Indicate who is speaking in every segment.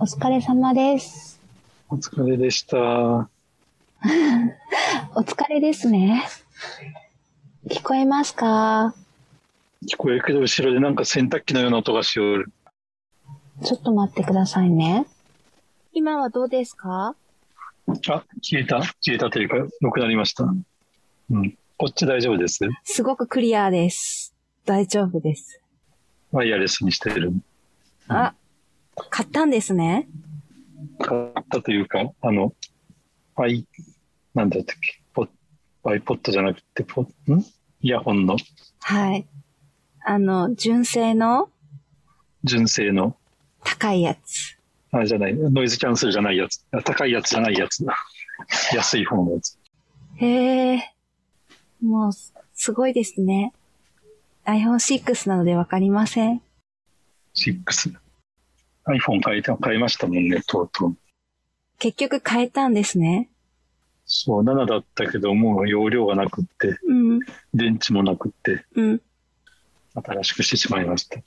Speaker 1: お疲れ様です。
Speaker 2: お疲れでした。
Speaker 1: お疲れですね。聞こえますか
Speaker 2: 聞こえるけど、後ろでなんか洗濯機のような音がしよる。
Speaker 1: ちょっと待ってくださいね。今はどうですか
Speaker 2: あ、消えた消えたというか、良くなりました。うん。こっち大丈夫です。
Speaker 3: すごくクリアです。大丈夫です。
Speaker 2: ワイヤレスにしてる。
Speaker 3: あ、買ったんですね。
Speaker 2: 買ったというか、あの、アイ、なんだったっけ、ポアイポッドじゃなくて、ポんイヤホンの
Speaker 3: はい。あの、純正の
Speaker 2: 純正の、
Speaker 3: 高いやつ。
Speaker 2: あれじゃない、ノイズキャンセルじゃないやつ。あ高いやつじゃないやつ。 安い方のやつ。
Speaker 3: へえ。もう、すごいですね。iPhone6 なのでわかりません。
Speaker 2: 6。iPhone 変えた、変えましたもんね、とうとう。
Speaker 3: 結局変えたんですね。
Speaker 2: そう、7だったけど、もう容量がなくって、
Speaker 3: うん。
Speaker 2: 電池もなくって、
Speaker 3: うん。
Speaker 2: 新しくしてしまいました。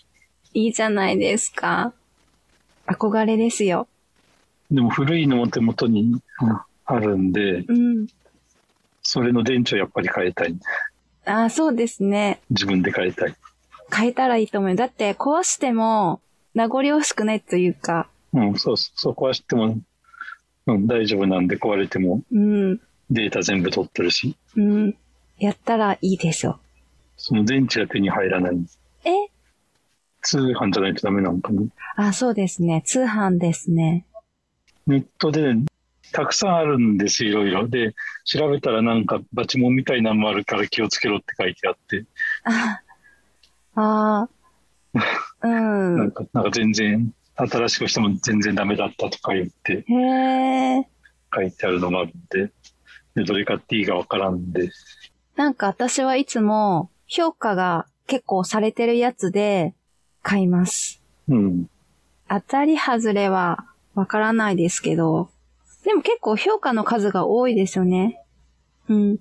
Speaker 3: いいじゃないですか。憧れですよ。
Speaker 2: でも古いのも手元にうんあるんで、
Speaker 3: うん。
Speaker 2: それの電池をやっぱり変えたい。
Speaker 3: ああ、そうですね。
Speaker 2: 自分で変えたい。
Speaker 3: 変えたらいいと思う。だって、壊しても、名残惜しくないというか、
Speaker 2: うん、そうそう、そう壊しても、うん、大丈夫なんで壊れても
Speaker 3: うん。
Speaker 2: データ全部取ってるし、
Speaker 3: うん。やったらいいでしょ。
Speaker 2: その電池が手に入らない。
Speaker 3: え
Speaker 2: 通販じゃないとダメなのかな。
Speaker 3: あ、そうですね。通販ですね。
Speaker 2: ネットでたくさんあるんです、いろいろ。で、調べたらなんかバチモンみたいなのもあるから気をつけろって書いてあって、
Speaker 3: あ、あー、う
Speaker 2: なん
Speaker 3: ん。
Speaker 2: か、なんか全然、新しくしても全然ダメだったとか言って
Speaker 3: へえ。
Speaker 2: 書いてあるのもあって、で、どれ買っていいかわからんで、
Speaker 3: なんか私はいつも評価が結構されてるやつで買います。
Speaker 2: うん。
Speaker 3: 当たり外れはわからないですけど、でも結構評価の数が多いですよね。うん、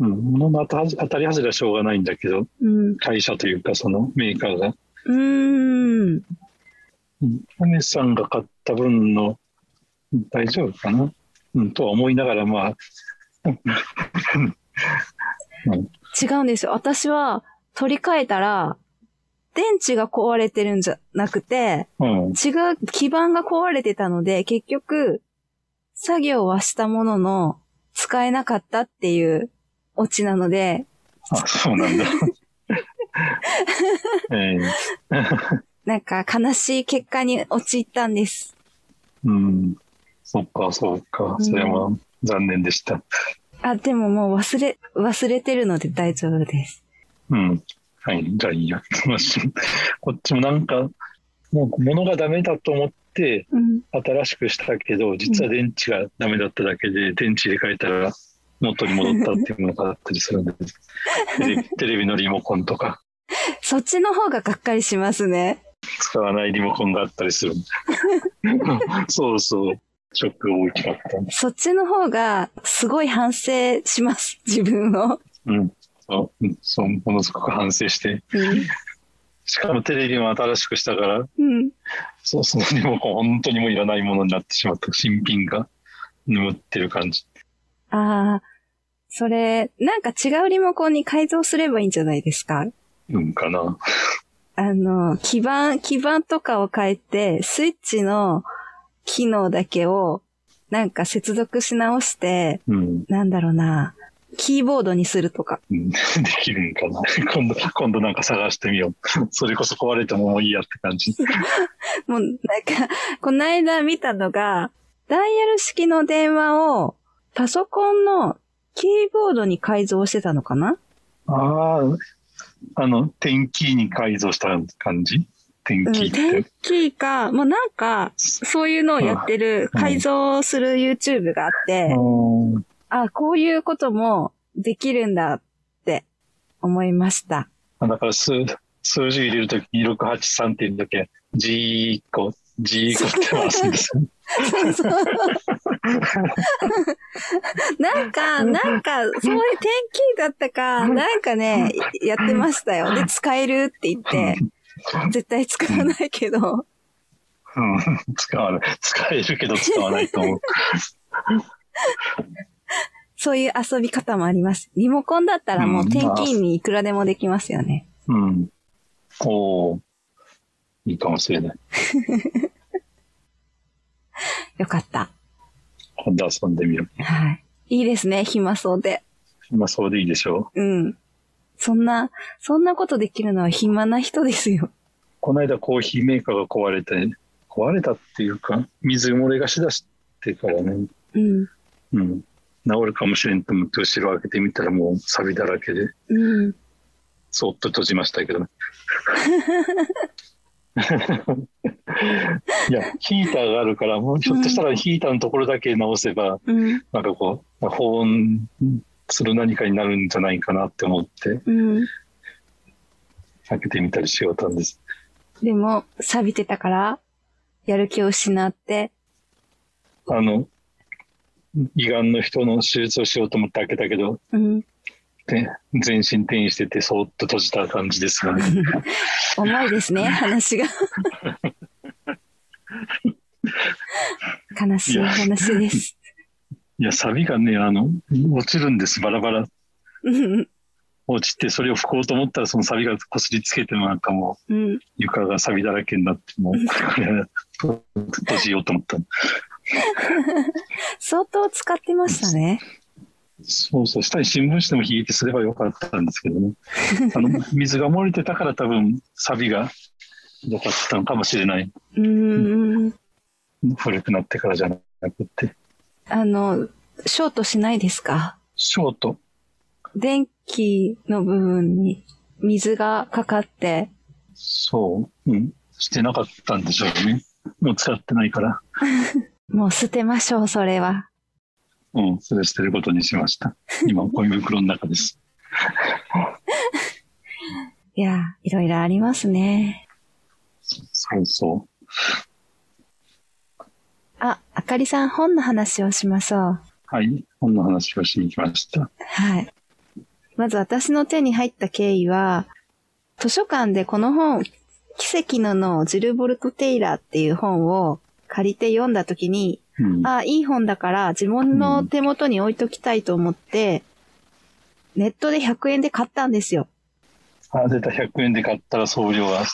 Speaker 2: うん。もの当た当たり外れはしょうがないんだけど、
Speaker 3: うん、
Speaker 2: 会社というかそのメーカーが。
Speaker 3: うーん。
Speaker 2: うん。アメさんが買った分の、うん大丈夫かなうん、とは思いながら、まあ、
Speaker 3: 違うんですよ。私は取り替えたら、電池が壊れてるんじゃなくて、
Speaker 2: うん。
Speaker 3: 違う基板が壊れてたので、結局、作業はしたものの、使えなかったっていうオチなので、
Speaker 2: あ、そう なんだ。ええ
Speaker 3: なんか悲しい結果に陥ったんです。
Speaker 2: うん。そっか、そうか。それは残念でした。
Speaker 3: あ、でももう忘れ、忘れてるので大丈夫です。
Speaker 2: うん。はい。じゃあいいや。 楽しみこっちもなんか、もう物がダメだと思って
Speaker 3: うん。
Speaker 2: 新しくしたけど、実は電池がダメだっただけで、電池入れ替えたら元に戻ったっていうのがあったりするんです。テレビテレビのリモコンとか、
Speaker 3: そっちの方ががっかりしますね。
Speaker 2: 使わないリモコンがあったりする。 そうそう。ショックが大きかった。
Speaker 3: そっちの方が、すごい反省します。 自分を。
Speaker 2: うん。そう、うんそう、ものすごく反省して。しかもテレビも新しくしたから、
Speaker 3: うん。うん。
Speaker 2: そう、そのリモコン、本当にもういらないものになってしまった。新品が眠ってる感じ。
Speaker 3: ああ、それ、なんか違うリモコンに改造すればいいんじゃないですか
Speaker 2: うんかな。
Speaker 3: あの、基板、基板とかを変えて、スイッチの機能だけを、なんか接続し直して、
Speaker 2: うん。
Speaker 3: なんだろうな、キーボードにするとか。
Speaker 2: うんできるんかな。 今度、今度なんか探してみよう。 それこそ壊れてももういいやって感じ。
Speaker 3: もう、なんか、こないだ見たのが、ダイヤル式の電話を、パソコンのキーボードに改造してたのかな
Speaker 2: ああ、あの、天気に改造した感じ天
Speaker 3: うん、
Speaker 2: 気って。
Speaker 3: 天気か、もうなんか、そういうのをやってる、
Speaker 2: うん
Speaker 3: 改造する YouTube があって、
Speaker 2: うん
Speaker 3: あ、こういうこともできるんだって思いました。
Speaker 2: あだから数、数字入れるときに683っていうだけ、G 個、G 個って回すんですよ。
Speaker 3: そうそう なんか、なんか、そういう天気だったか、なんかね、やってましたよ。で、使えるって言って、絶対使わないけど、
Speaker 2: うん、 使わない。使えるけど使わないと思う。
Speaker 3: そういう遊び方もあります。リモコンだったらもう転勤にいくらでもできますよね。
Speaker 2: うん。おおいいかもしれない。
Speaker 3: よかった。
Speaker 2: 今度遊んでみよ
Speaker 3: はい。いいですね、暇そうで。
Speaker 2: う。まあ、そうでいいでしょう。
Speaker 3: うん。そんな、そんなことできるのは暇な人ですよ。
Speaker 2: この間コーヒーメーカーが壊れて、壊れたっていうか、水漏れがしだしてからね、
Speaker 3: うん。
Speaker 2: うん、治るかもしれんと思って後ろ開けてみたらもう錆だらけで、
Speaker 3: うん。
Speaker 2: そっと閉じましたけどね。 いや、ヒーターがあるから、もうひょっとしたらヒーターのところだけ直せば、
Speaker 3: うん。
Speaker 2: なんかこう、保温する何かになるんじゃないかなって思って、
Speaker 3: うん。
Speaker 2: 開けてみたりしようたんです。
Speaker 3: でも、錆びてたから、やる気を失って、
Speaker 2: あの、胃がんの人の手術をしようと思って開けたけど、
Speaker 3: うん。
Speaker 2: ね、全身転移してて、そーっと閉じた感じですが、ね、
Speaker 3: 重いですね、話が。悲しい話です。
Speaker 2: いや、サビがね、あの、落ちるんです、バラバラ。
Speaker 3: うん。
Speaker 2: 落ちて、それを拭こうと思ったら、そのサビがこすりつけても、なんかもう、
Speaker 3: うん。
Speaker 2: 床がサビだらけになって、もう、これ閉じようと思った。
Speaker 3: 相当使ってましたね。
Speaker 2: そうそう、下に新聞紙でも引いてすればよかったんですけどね。あの、水が漏れてたから、多分、サビが良かったのかもしれない。
Speaker 3: うん。
Speaker 2: 古くなってからじゃなくて。
Speaker 3: あの、ショートしないですか
Speaker 2: ショート。
Speaker 3: 電気の部分に水がかかって、
Speaker 2: そう。うん。してなかったんでしょうね。もう使ってないから。
Speaker 3: もう捨てましょう、それは。
Speaker 2: うん。それ捨てることにしました。今、ゴミ袋の中です。
Speaker 3: いや、いろいろありますね。
Speaker 2: そうそ
Speaker 3: あ、あかりさん本の話をしましょう。
Speaker 2: う。はい。本の話をしに来ました。
Speaker 3: はい。まず私の手に入った経緯は、図書館でこの本、奇跡ののジルボルト・テイラーっていう本を借りて読んだ時に、
Speaker 2: うん。
Speaker 3: ああ、いい本だから自分の手元に置いときたいと思って、ネットで100円で買ったんですよ。
Speaker 2: あ、出た100円で買ったら送料は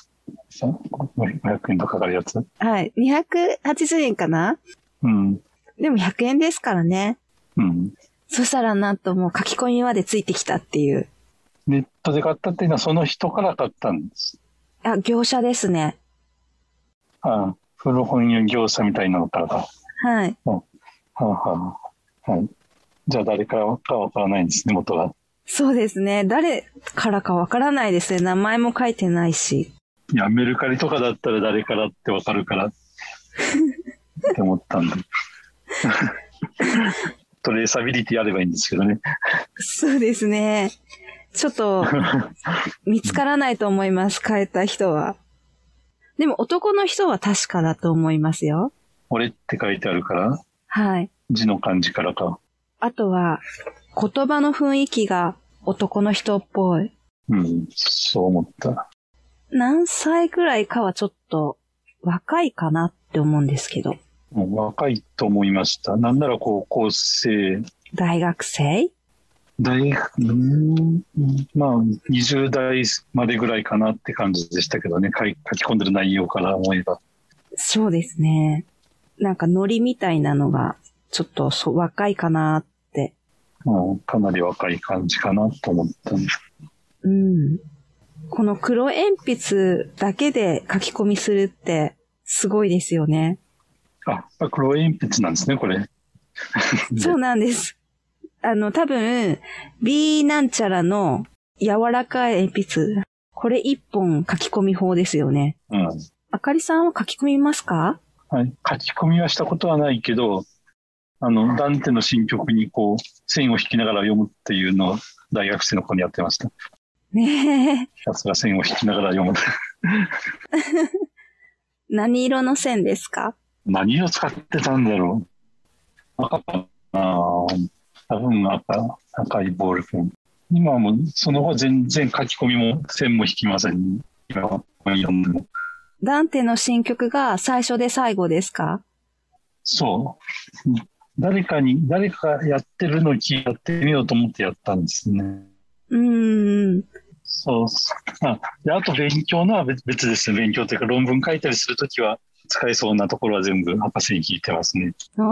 Speaker 2: さ500円とかかるやつ。
Speaker 3: はい。280円かな
Speaker 2: うん。
Speaker 3: でも100円ですからね。
Speaker 2: うん。
Speaker 3: そしたらなんともう書き込みまでついてきたっていう。
Speaker 2: ネットで買ったっていうのはその人から買ったんです。
Speaker 3: あ、業者ですね。
Speaker 2: ああ古本屋業者みたいなのからか。は
Speaker 3: はい。
Speaker 2: あ、はあ、はい。じゃあ誰からかわからないんですね、元が。
Speaker 3: そうですね。誰からかわからないですね。名前も書いてないし。
Speaker 2: いや、メルカリとかだったら誰からってわかるからって思ったんで。 トレーサビリティあればいいんですけどね。
Speaker 3: そうですね。ちょっと、見つからないと思います。変えた人は。でも男の人は確かだと思いますよ。
Speaker 2: 俺って書いてあるから、
Speaker 3: はい。
Speaker 2: 字の漢字からか。
Speaker 3: あとは、言葉の雰囲気が男の人っぽい。
Speaker 2: うん、そう思った。
Speaker 3: 何歳ぐらいかはちょっと若いかなって思うんですけど。
Speaker 2: もう若いと思いました。なんなら高校生、
Speaker 3: 大学生
Speaker 2: 大学、うーんまあ、20代までぐらいかなって感じでしたけどね、書い書き込んでる内容から思えば。
Speaker 3: そうですね。なんかノリみたいなのが、ちょっとそう若いかなって。
Speaker 2: うん、かなり若い感じかなと思ったんです。
Speaker 3: うん。この黒鉛筆だけで書き込みするって、すごいですよね。
Speaker 2: あ、黒鉛筆なんですね、これ。
Speaker 3: そうなんです。あの、多分、B なんちゃらの柔らかい鉛筆。これ一本書き込み法ですよね。
Speaker 2: うん。
Speaker 3: あかりさんは書き込みますか
Speaker 2: はい。書き込みはしたことはないけど、あの、ダンテの新曲にこう、線を引きながら読むっていうのを大学生の頃にやってました。ひ
Speaker 3: ねえ。
Speaker 2: たすら線を引きながら読む。
Speaker 3: 何色の線ですか
Speaker 2: 何を使ってたんだろう。赤かな多分赤、赤いボールペン。今はもうその後全然書き込みも線も引きません。今は読んでも。
Speaker 3: ダンテの新曲が最初で最後ですか
Speaker 2: そう。誰かに、誰かがやってるのを聞いてやってみようと思ってやったんですね。
Speaker 3: うーん。
Speaker 2: そう。あであと勉強のは別別ですね。勉強というか論文書いたりするときは使えそうなところは全部博士に聞いてますね。
Speaker 3: あ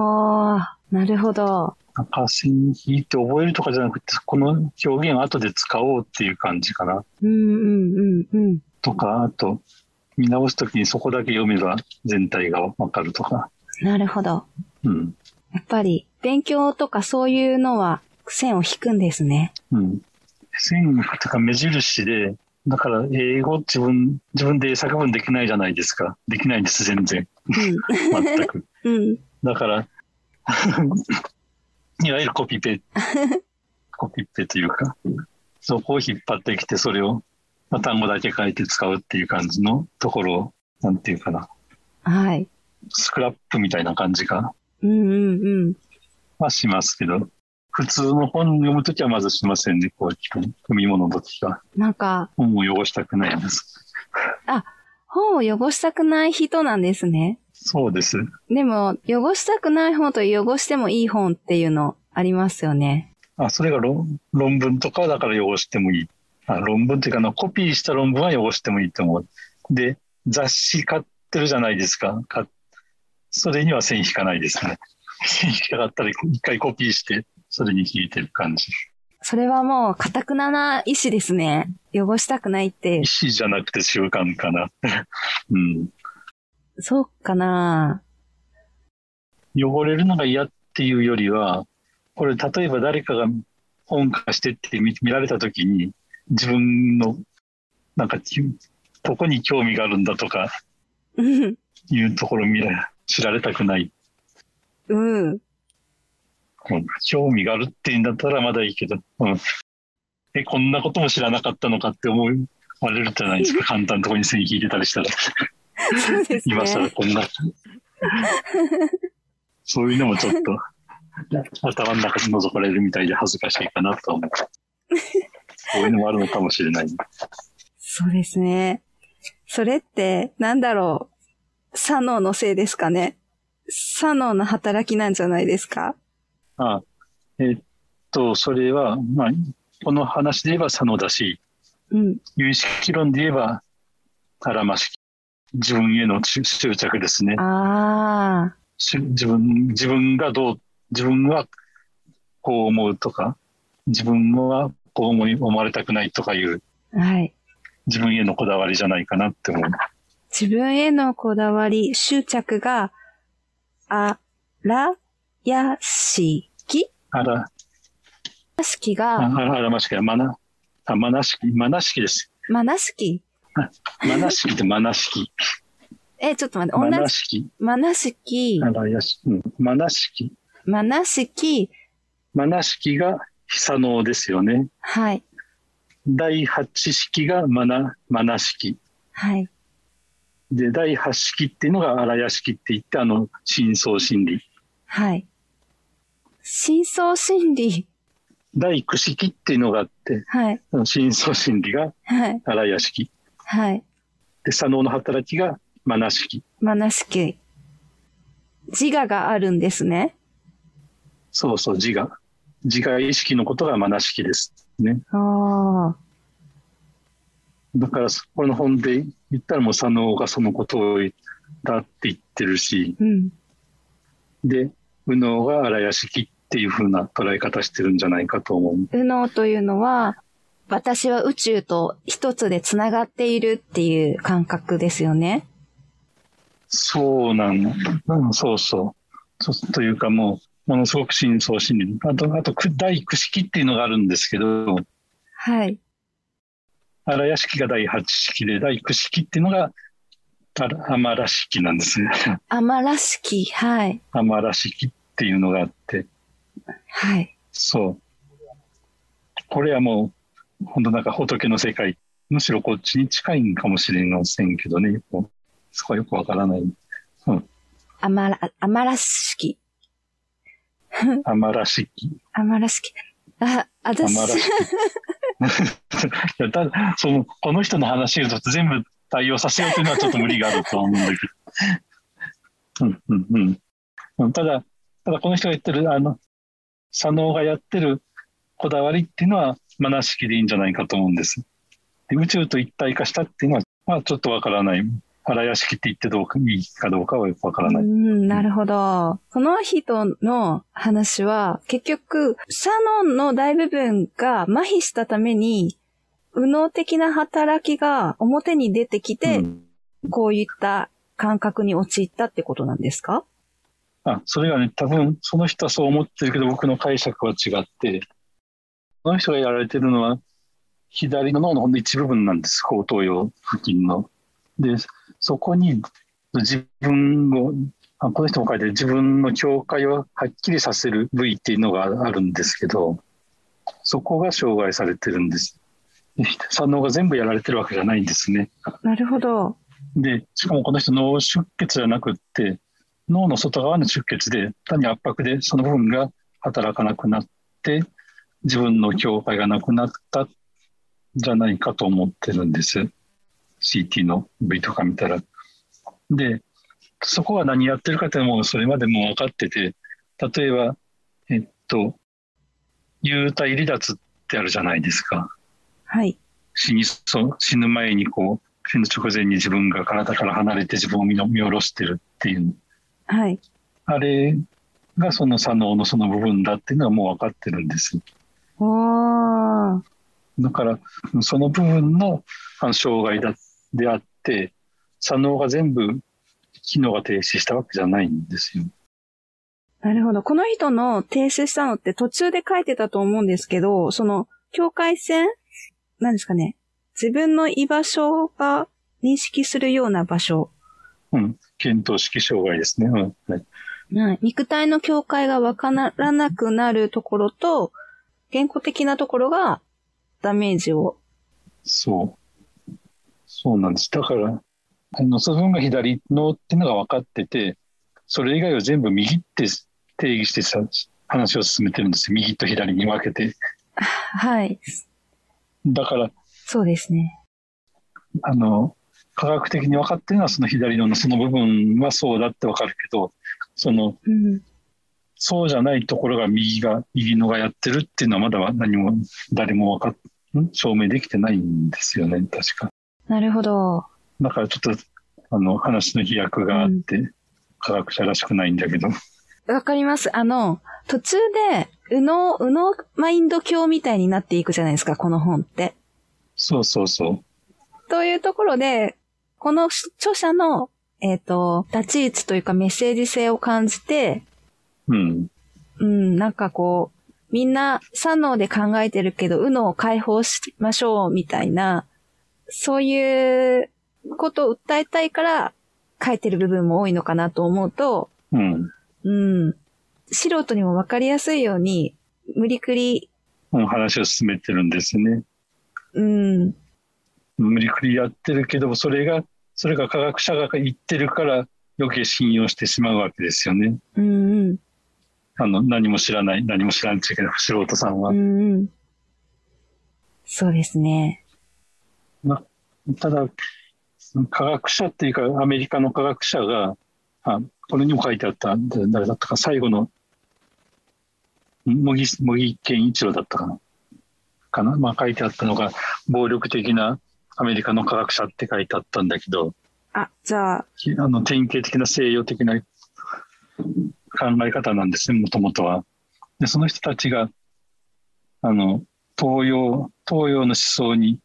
Speaker 3: あ、なるほど。
Speaker 2: 博士に聞いて覚えるとかじゃなくて、この表現を後で使おうっていう感じかな。
Speaker 3: うんうんうんうん。
Speaker 2: とか、あと、見直すときにそこだけ読めば全体がわかるとか。
Speaker 3: なるほど。
Speaker 2: うん。
Speaker 3: やっぱり、勉強とかそういうのは線を引くんですね。
Speaker 2: うん。線とか目印で、だから英語自分、自分で作文できないじゃないですか。できないんです、全然。全く。
Speaker 3: うん。うん。
Speaker 2: だから、 いわゆるコピペ、コピペというか、そこを引っ張ってきて、それを、まあ単語だけ書いて使うっていう感じのところを、なんていうかな、
Speaker 3: はい。
Speaker 2: スクラップみたいな感じか
Speaker 3: うんうんうん。
Speaker 2: はしますけど、普通の本読むときはまずしませんね、こう、読み物のときは。
Speaker 3: なんか、
Speaker 2: 本を汚したくないんです。
Speaker 3: 本を汚したくない人なんですね。
Speaker 2: そうです。
Speaker 3: でも、汚したくない本と汚してもいい本っていうのありますよね。
Speaker 2: あ、それが論論文とかはだから汚してもいい。あ論文っていうかあの、コピーした論文は汚してもいいと思う。で、雑誌買ってるじゃないですか。買っそれには線引かないですね。 線引かかったら一回コピーして、それに引いてる感じ。
Speaker 3: それはもう、かたくなな意志ですね。汚したくないって
Speaker 2: 意。思じゃなくて習慣かな。 うん。
Speaker 3: そうかな
Speaker 2: 汚れるのが嫌っていうよりは、これ例えば誰かが本化してって見見られた時に、自分の、なんか、きどこに興味があるんだとか
Speaker 3: うん。
Speaker 2: いうところ見ら知られたくない。
Speaker 3: うん。
Speaker 2: うん興味があるっていうんだったらまだいいけど、うん、え、こんなことも知らなかったのかって思われるじゃないですか。簡単なところに線引いてたりしたら。
Speaker 3: そうですね
Speaker 2: 今。更こんな。そういうのもちょっと、頭の中に覗かれるみたいで恥ずかしいかなと思う。そういうのもあるのかもしれない。
Speaker 3: そうですね。それって、なんだろう。左脳のせいですかね。左脳の働きなんじゃないですか
Speaker 2: あえっと、それは、まあ、この話で言えば佐野だし、
Speaker 3: うん。
Speaker 2: 有意識論で言えば、あらましき。自分への執執着ですね。
Speaker 3: ああ。
Speaker 2: し自分、自分がどう、自分はこう思うとか、自分はこう思い思われたくないとかいう
Speaker 3: はい。
Speaker 2: 自分へのこだわりじゃないかなって思う。
Speaker 3: 自分へのこだわり、執着が、あら、やしき
Speaker 2: あら、
Speaker 3: らしき
Speaker 2: あ
Speaker 3: が、
Speaker 2: あらあらましきは、まな、あ、まなしき、まなしきです。
Speaker 3: まなしき。
Speaker 2: まなしきってまなしき。
Speaker 3: え、ちょっと待
Speaker 2: ま
Speaker 3: って、同
Speaker 2: な
Speaker 3: じ。
Speaker 2: しき。
Speaker 3: まなしき
Speaker 2: あ、らやし、うん。まなしき。
Speaker 3: まなしき、
Speaker 2: まなしきが久能ですよね。
Speaker 3: はい、
Speaker 2: 第八式がまな、まなしき。
Speaker 3: はい。
Speaker 2: で、第八式っていうのが荒屋式って言って、あの、深層心理。
Speaker 3: はい。深層心理。
Speaker 2: 第九式っていうのがあって、
Speaker 3: はい。
Speaker 2: その深層心理が
Speaker 3: はい。
Speaker 2: 荒屋式。
Speaker 3: はい。
Speaker 2: で、左脳の働きがまなしき。
Speaker 3: まなしき。自我があるんですね。
Speaker 2: そうそう、自我。自我意識のことがまなしきです。ね。
Speaker 3: ああ。
Speaker 2: だから、この本で言ったらもう佐野がそのことを言ったって言ってるし、
Speaker 3: うん。
Speaker 2: で、右脳が荒屋敷っていう風な捉え方してるんじゃないかと思う。
Speaker 3: 右脳というのは、私は宇宙と一つで繋がっているっていう感覚ですよね。
Speaker 2: そうなの。うん、そうそう。そうというかもう、ものすごく深層心理。あと、あと、く第九式っていうのがあるんですけど、
Speaker 3: はい。
Speaker 2: 荒屋敷が第八式で、第九式っていうのが、あら天ら式なんですね。
Speaker 3: あまらしき。はい。
Speaker 2: 天ら式っていうのがあって、
Speaker 3: はい。
Speaker 2: そう。これはもう、本当なんか仏の世界、むしろこっちに近いんかもしれませんけどね、こうそこはよくわからない。
Speaker 3: あまら、あまらしき。
Speaker 2: あまらしき、
Speaker 3: あまらしき。あ、
Speaker 2: あ
Speaker 3: 私
Speaker 2: まら、しき。だそのこの人の話をすると全部対応させようというのはちょっと無理があるとは思うんだけど。うんうんうん、ただ、ただこの人が言ってる、あの、佐野がやってるこだわりっていうのは、まなしきでいいんじゃないかと思うんです。で宇宙と一体化したっていうのは、まあちょっとわからない。荒屋敷って言ってどうか、いいかどうかはよくわからない。
Speaker 3: うん、なるほど。その人の話は、結局、シャノンの大部分が麻痺したために、右脳的な働きが表に出てきて、
Speaker 2: うん
Speaker 3: こういった感覚に陥ったってことなんですか
Speaker 2: あ、それがね、多分その人はそう思ってるけど、僕の解釈は違って、その人がやられてるのは、左の脳のほんの一部分なんです、後頭葉付近の。で、そこに自分を、あこの人も書いてる自分の境界をはっきりさせる部位っていうのがあるんですけど、そこが障害されてるんです。で三脳が全部やられてるわけじゃないんですね。
Speaker 3: なるほど。
Speaker 2: で、しかもこの人脳出血じゃなくって、脳の外側の出血で、単に圧迫でその部分が働かなくなって、自分の境界がなくなったんじゃないかと思ってるんです。CT の V とか見たら。で、そこは何やってるかっていうのもそれまでもう分かってて、例えば、えっと、幽体離脱ってあるじゃないですか。
Speaker 3: はい。
Speaker 2: 死にそう死ぬ前にこう死ぬ直前に自分が体から離れて自分を見の見下ろしてるっていう
Speaker 3: はい。
Speaker 2: あれがその左脳のその部分だっていうのはもう分かってるんです
Speaker 3: おー。
Speaker 2: だからその部分のあの障害だであって左脳が全部機能が停止したわけじゃないんですよ。
Speaker 3: なるほど。この人の停止したのって途中で書いてたと思うんですけど、その境界線なんですかね。自分の居場所が認識するような場所。
Speaker 2: うん、検討式障害ですね。うんはい
Speaker 3: 肉体の境界がわからなくなるところと、言語的なところがダメージを。
Speaker 2: そう。そうなんです。だから、あの、その分が左のっていうのが分かってて、それ以外を全部右って定義してさ、話を進めてるんですよ。右と左に分けて。
Speaker 3: はい。
Speaker 2: だから、
Speaker 3: そうですね。
Speaker 2: あの、科学的に分かってるのはその左のその部分はそうだって分かるけど、その、
Speaker 3: うん。
Speaker 2: そうじゃないところが右が、右のがやってるっていうのはまだは何も、誰も分かっ、ん証明できてないんですよね、確か。
Speaker 3: なるほど。
Speaker 2: だからちょっとあの話の飛躍があって、科学者らしくないんだけど、
Speaker 3: わかります。あの、途中で、右脳、右脳マインド教みたいになっていくじゃないですか、この本って。
Speaker 2: そうそうそう、
Speaker 3: というところで、この著者の、えっ、と、立ち位置というかメッセージ性を感じて、
Speaker 2: うん、
Speaker 3: うん、なんかこう、みんな、左脳で考えてるけど、右脳を解放しましょう、みたいな、そういうことを訴えたいから、書いてる部分も多いのかなと思うと、
Speaker 2: うん、
Speaker 3: うん、素人にもわかりやすいように、無理くり、
Speaker 2: うん、話を進めてるんですね。
Speaker 3: うん、
Speaker 2: 無理くりやってるけど、それが、それが科学者が言ってるから、余計信用してしまうわけですよね。
Speaker 3: うん、うん、
Speaker 2: あの、何も知らない、何も知らんちゃいけない素人さんは
Speaker 3: う。ん、うん。そうですね。
Speaker 2: ただ、科学者っていうか、アメリカの科学者が、あこれにも書いてあった、誰だったか、最後の、茂木茂木健一郎だったかな。かなまあ、書いてあったのが、暴力的なアメリカの科学者って書いてあったんだけど、
Speaker 3: あ、じゃあ、
Speaker 2: きあの典型的な西洋的な考え方なんですね、もともとは。で、その人たちが、あの、東洋、東洋の思想に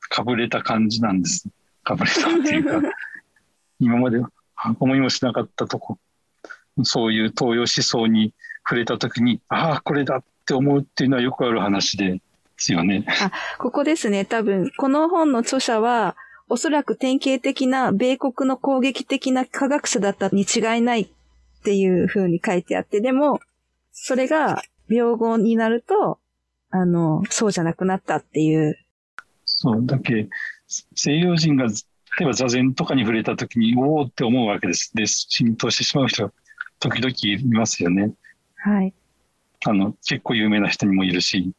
Speaker 2: かぶれた感じなんです。かぶれたっていうか、今まで思いもしなかったとこ、そういう東洋思想に触れたときに、ああ、これだって思うっていうのはよくある話ですよね。
Speaker 3: ここですね、多分。この本の著者は、おそらく典型的な米国の攻撃的な科学者だったに違いないっていう風に書いてあって、でも、それが病後になると、あの、そうじゃなくなったっていう。
Speaker 2: そう、だっけ西洋人が、例えば座禅とかに触れたときに、おおって思うわけです。で、浸透してしまう人が時々いますよね。
Speaker 3: はい。
Speaker 2: あの、結構有名な人にもいるし、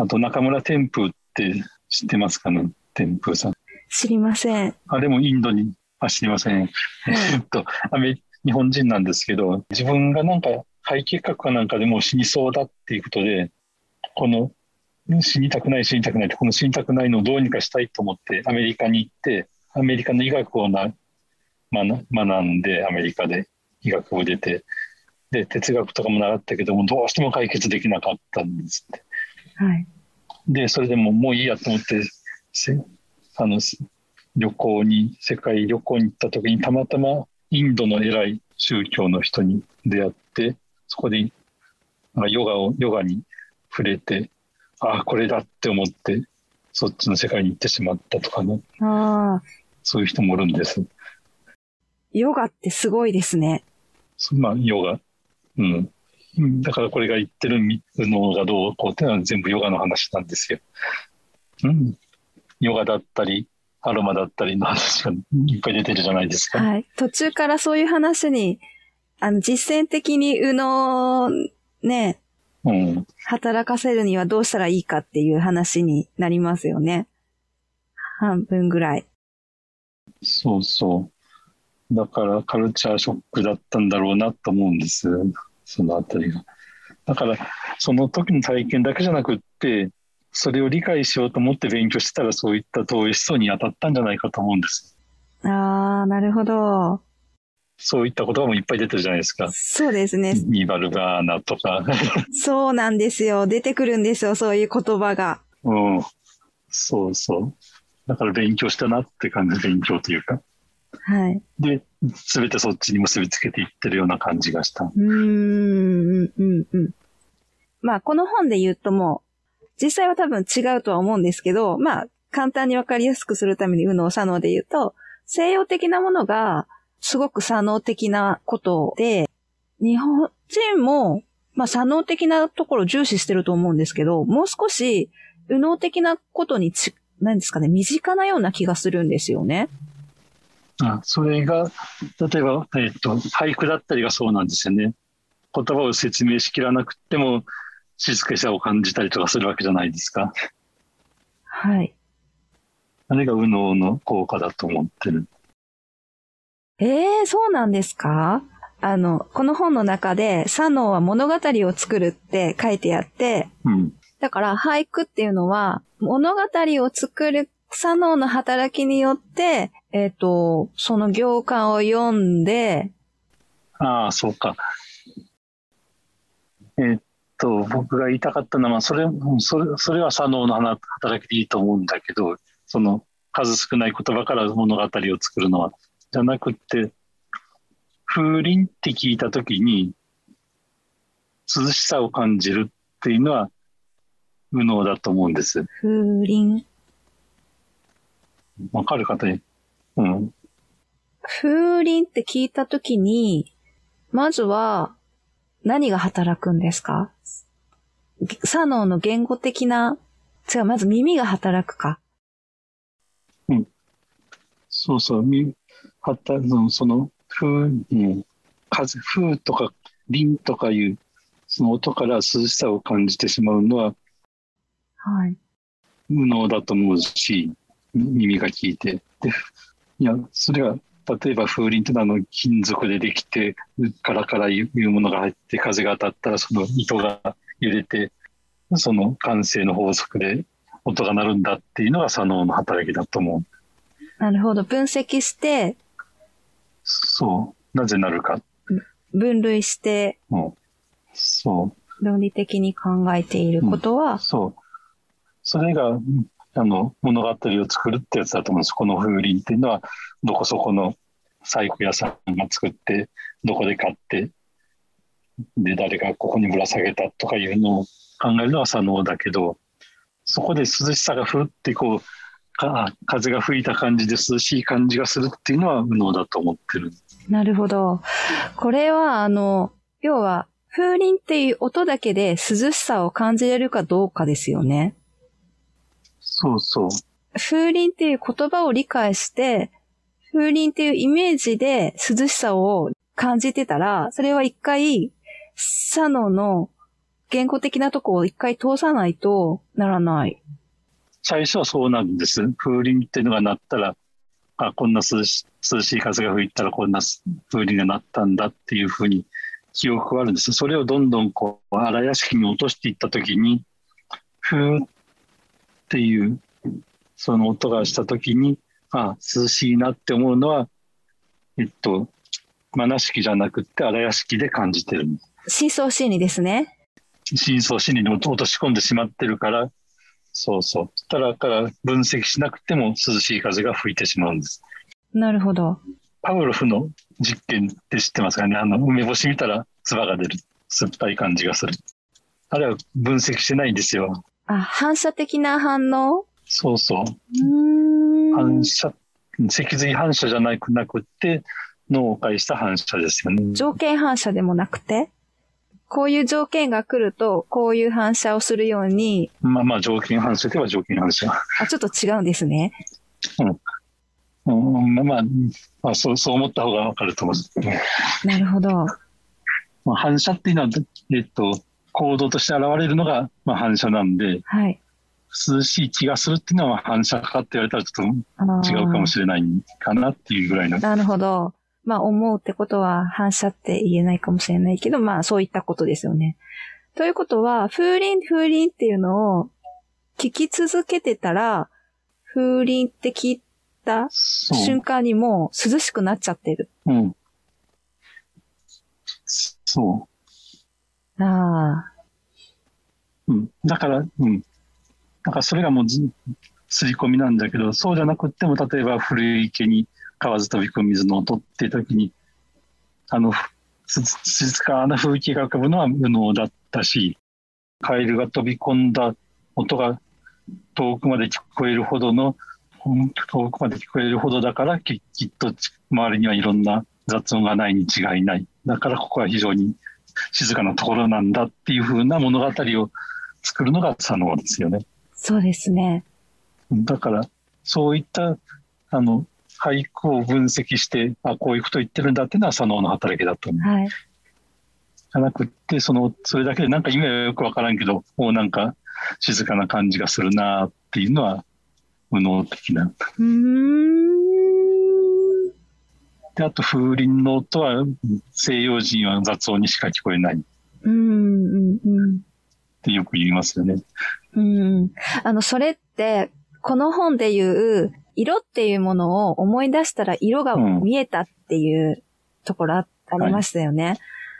Speaker 2: あと中村天風って知ってますかね天風さん。
Speaker 3: 知りません。
Speaker 2: あれもインドに、あ、知りません。えっと、アメ日本人なんですけど、自分がなんか肺結核かなんかでもう死にそうだっていうことで、この死にたくない死にたくないって、この死にたくないのをどうにかしたいと思ってアメリカに行って、アメリカの医学をな学学んで、アメリカで医学部出て、で、哲学とかも習ったけども、どうしても解決できなかったんですって。
Speaker 3: はい。
Speaker 2: で、それでももういいやと思って、せあの、す旅行に、世界旅行に行った時に、たまたまインドの偉い宗教の人に出会って、そこで、まあ、ヨガを、ヨガに触れて、ああ、これだって思って、そっちの世界に行ってしまったとかね、
Speaker 3: ああ、
Speaker 2: そういう人もいるんです。
Speaker 3: ヨガってすごいですね。
Speaker 2: そまあ、ヨガ。うん。うんだからこれが言ってるみのがどうこうっていうのは全部ヨガの話なんですよ。うん。ヨガだったり、アロマだったりの話がいっぱい出てるじゃないですか。
Speaker 3: はい。途中からそういう話に、あの、実践的に右脳をね、
Speaker 2: うん。
Speaker 3: 働かせるにはどうしたらいいかっていう話になりますよね。半分ぐらい。
Speaker 2: そうそう。だからカルチャーショックだったんだろうなと思うんです。そのあたりが。だから、その時の体験だけじゃなくって、それを理解しようと思って勉強してたらそういった遠い思想に当たったんじゃないかと思うんです。
Speaker 3: ああ、なるほど。
Speaker 2: そういった言葉もいっぱい出てるじゃないですか。
Speaker 3: そうですね。
Speaker 2: ニバルガーナ とか、
Speaker 3: そうなんですよ。出てくるんですよ。そういう言葉が。
Speaker 2: うん、そうそう。だから勉強したなって感じ、勉強というか。
Speaker 3: はい。
Speaker 2: で、すべてそっちに結びつけていってるような感じがした。
Speaker 3: うーん、うん、うんうん。まあ、この本で言うともう、実際は多分違うとは思うんですけど、まあ、簡単にわかりやすくするために、右脳左脳で言うと、西洋的なものが、すごく左脳的なことで、日本人も、まあ、左脳的なところを重視してると思うんですけど、もう少し、右脳的なことにち、何ですかね、身近なような気がするんですよね。
Speaker 2: あそれが、例えば、えっと、俳句だったりがそうなんですよね。言葉を説明しきらなくっても、静けさを感じたりとかするわけじゃないですか。
Speaker 3: はい。
Speaker 2: あれが右脳の効果だと思ってる。
Speaker 3: ええそうなんですかあの、この本の中で、サノーは物語を作るって書いてあって、
Speaker 2: うん。
Speaker 3: だから俳句っていうのは、物語を作るサノーの働きによって、えっ、と、その行間を読んで、
Speaker 2: ああ、そうか。えーっと、僕が言いたかったのは、それ、うんそれ、それは左脳の花働きでいいと思うんだけど、その数少ない言葉から物語を作るのは、じゃなくって、風鈴って聞いたときに、涼しさを感じるっていうのは、右脳だと思うんです。
Speaker 3: 風鈴。
Speaker 2: わかる方に。うん。
Speaker 3: 風鈴って聞いたときに、まずは、何が働くんですかサノーの言語的な、違う、まず耳が働くか。
Speaker 2: そうそう、み、はった、その、その、風、うん、風、風とか、凛とかいう、その音から涼しさを感じてしまうのは、
Speaker 3: はい。
Speaker 2: 無能だと思うし、耳が聞いて。で、いや、それは、例えば風鈴ってのはあの金属でできて、カラカラいうものが入って、風が当たったらその糸が揺れて、その慣性の法則で音が鳴るんだっていうのが左脳の働きだと思う。
Speaker 3: なるほど。分析して、
Speaker 2: そう。なぜなるか。
Speaker 3: 分類して、
Speaker 2: うん。そう。
Speaker 3: 論理的に考えていることは、
Speaker 2: そう。それが、うんあの、物語を作るってやつだと思うんです。この風鈴っていうのは、どこそこの細工屋さんが作って、どこで買って、で、誰がここにぶら下げたとかいうのを考えるのは左脳だけど、そこで涼しさがふってこう、か風が吹いた感じで涼しい感じがするっていうのは右脳だと思ってる。
Speaker 3: なるほど。これは、あの、要は、風鈴っていう音だけで涼しさを感じれるかどうかですよね。
Speaker 2: そうそう。
Speaker 3: 風鈴っていう言葉を理解して、風鈴っていうイメージで涼しさを感じてたら、それは一回、佐野の言語的なとこを一回通さないとならない
Speaker 2: 最初はそうなるんです。風鈴っていうのが鳴ったら、あ、こんな涼し涼しい風が吹いたらこんなす風鈴が鳴ったんだっていうふうに記憶があるんです。それをどんどんこう荒屋敷に落としていったときに、ふーっていうその音がしたときに、あ、涼しいなって思うのは、えっと、なしきじゃなくって荒屋敷で感じてるんです
Speaker 3: 深層心理ですね。
Speaker 2: 深層心理に落とし込んでしまってるから、そうそう。そしたら、から分析しなくても涼しい風が吹いてしまうんです。
Speaker 3: なるほど。
Speaker 2: パブロフの実験って知ってますかねあの、梅干し見たら唾が出る。酸っぱい感じがする。あれは分析してないんですよ。
Speaker 3: あ、反射的な反応
Speaker 2: そうそう。
Speaker 3: うーん
Speaker 2: 反射、脊髄反射じゃなくなくって、脳を介した反射ですよね。
Speaker 3: 条件反射でもなくて、こういう条件が来ると、こういう反射をするように、
Speaker 2: まあまあ、条件反射では条件反射。
Speaker 3: あ、ちょっと違うんですね。
Speaker 2: うん、まあまあ、まあ、そう、そう思った方がわかると思うんです。
Speaker 3: なるほど。
Speaker 2: まあ、反射っていうのは、えっと、行動として現れるのが、まあ、反射なんで、
Speaker 3: はい。
Speaker 2: 涼しい気がするっていうのは反射かって言われたらちょっ
Speaker 3: あの
Speaker 2: と違うかもしれないかなっていうぐらいの。
Speaker 3: なるほど。まあ、思うってことは反射って言えないかもしれないけど、まあ、そういったことですよね。ということは、風鈴、風鈴っていうのを聞き続けてたら、風鈴って聞いた
Speaker 2: そう
Speaker 3: 瞬。間にもう涼しくなっちゃってる。
Speaker 2: うん。そ
Speaker 3: あ
Speaker 2: う。うん。だから、うん。だからそれがもうず、刷り込みなんだけど、そうじゃなくっても、例えば古い池に川津飛び込む水の音っていう時に、あの、す静かな風景が浮かぶのは無能だったし、カエルが飛び込んだ音が遠くまで聞こえるほどの、ほん遠くまで聞こえるほどだから、ききっと周りにはいろんな雑音がないに違いない。だからここは非常に静かなところなんだっていう風な物語を作るのが佐野ですよね。
Speaker 3: あ、そうですね。
Speaker 2: だから、そういった、あの、俳句を分析して、あ、こういうこと言ってるんだっていうのは佐野の働きだと思う。
Speaker 3: はい。
Speaker 2: じゃなくって、その、それだけでなんか意味はよくわからんけど、もうなんか静かな感じがするなっていうのは、無能的な。
Speaker 3: うーん。
Speaker 2: で、あと風鈴の音は、西洋人は雑音にしか聞こえないっ
Speaker 3: うん、うん、うん。
Speaker 2: てよく言いますよね。
Speaker 3: うん。あの、それって、この本でいう、色っていうものを思い出したら色が
Speaker 2: うん
Speaker 3: 見えたっていうところあありましたよね。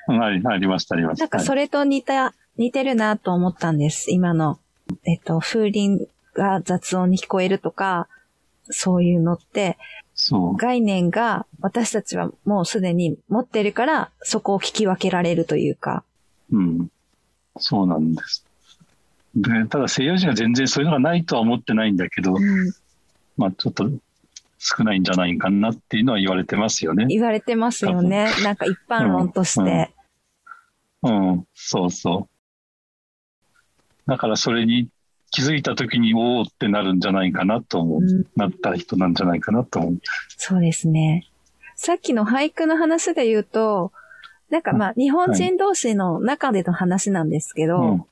Speaker 2: うんありありました、ありました。
Speaker 3: なんかそれと似た、似てるなと思ったんです。今の、えっと、風鈴が雑音に聞こえるとか、そういうのって、
Speaker 2: そう。
Speaker 3: 概念が私たちはもうすでに持ってるから、そこを聞き分けられるというか。
Speaker 2: うん。そうなんです。でただ西洋人は全然そういうのがないとは思ってないんだけど、
Speaker 3: うん
Speaker 2: まあちょっと少ないんじゃないかなっていうのは言われてますよね。
Speaker 3: 言われてますよね。なんか一般論として。
Speaker 2: うんうんうん、そうそう。だからそれに気づいた時におおってなるんじゃないかなと思う。
Speaker 3: うん
Speaker 2: なった人なんじゃないかなと思う。
Speaker 3: そうですね。さっきの俳句の話で言うと、なんかまあ、日本人同士の中での話なんですけど、
Speaker 2: うん、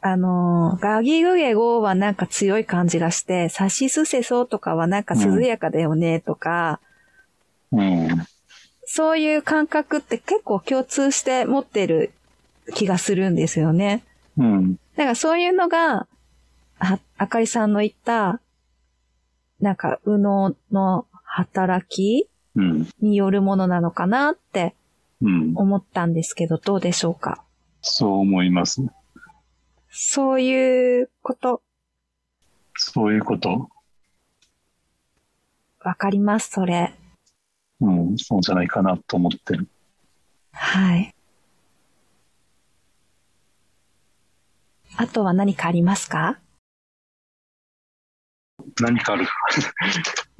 Speaker 3: あのー、ガギグゲゴはなんか強い感じがして、サシスセソとかはなんか涼やかだよねとか、
Speaker 2: うん、
Speaker 3: そういう感覚って結構共通して持ってる気がするんですよね。
Speaker 2: うん、
Speaker 3: だからそういうのが、あ、あかりさんの言った、なんか、右脳の働き
Speaker 2: うん、
Speaker 3: によるものなのかなって
Speaker 2: うん。
Speaker 3: 思ったんですけど、どうでしょうか
Speaker 2: そう思います。
Speaker 3: そういうこと、
Speaker 2: そういうこと。
Speaker 3: わかります、それ。
Speaker 2: うん、そうじゃないかなと思ってる。
Speaker 3: はい。あとは何かありますか
Speaker 2: 何かあるい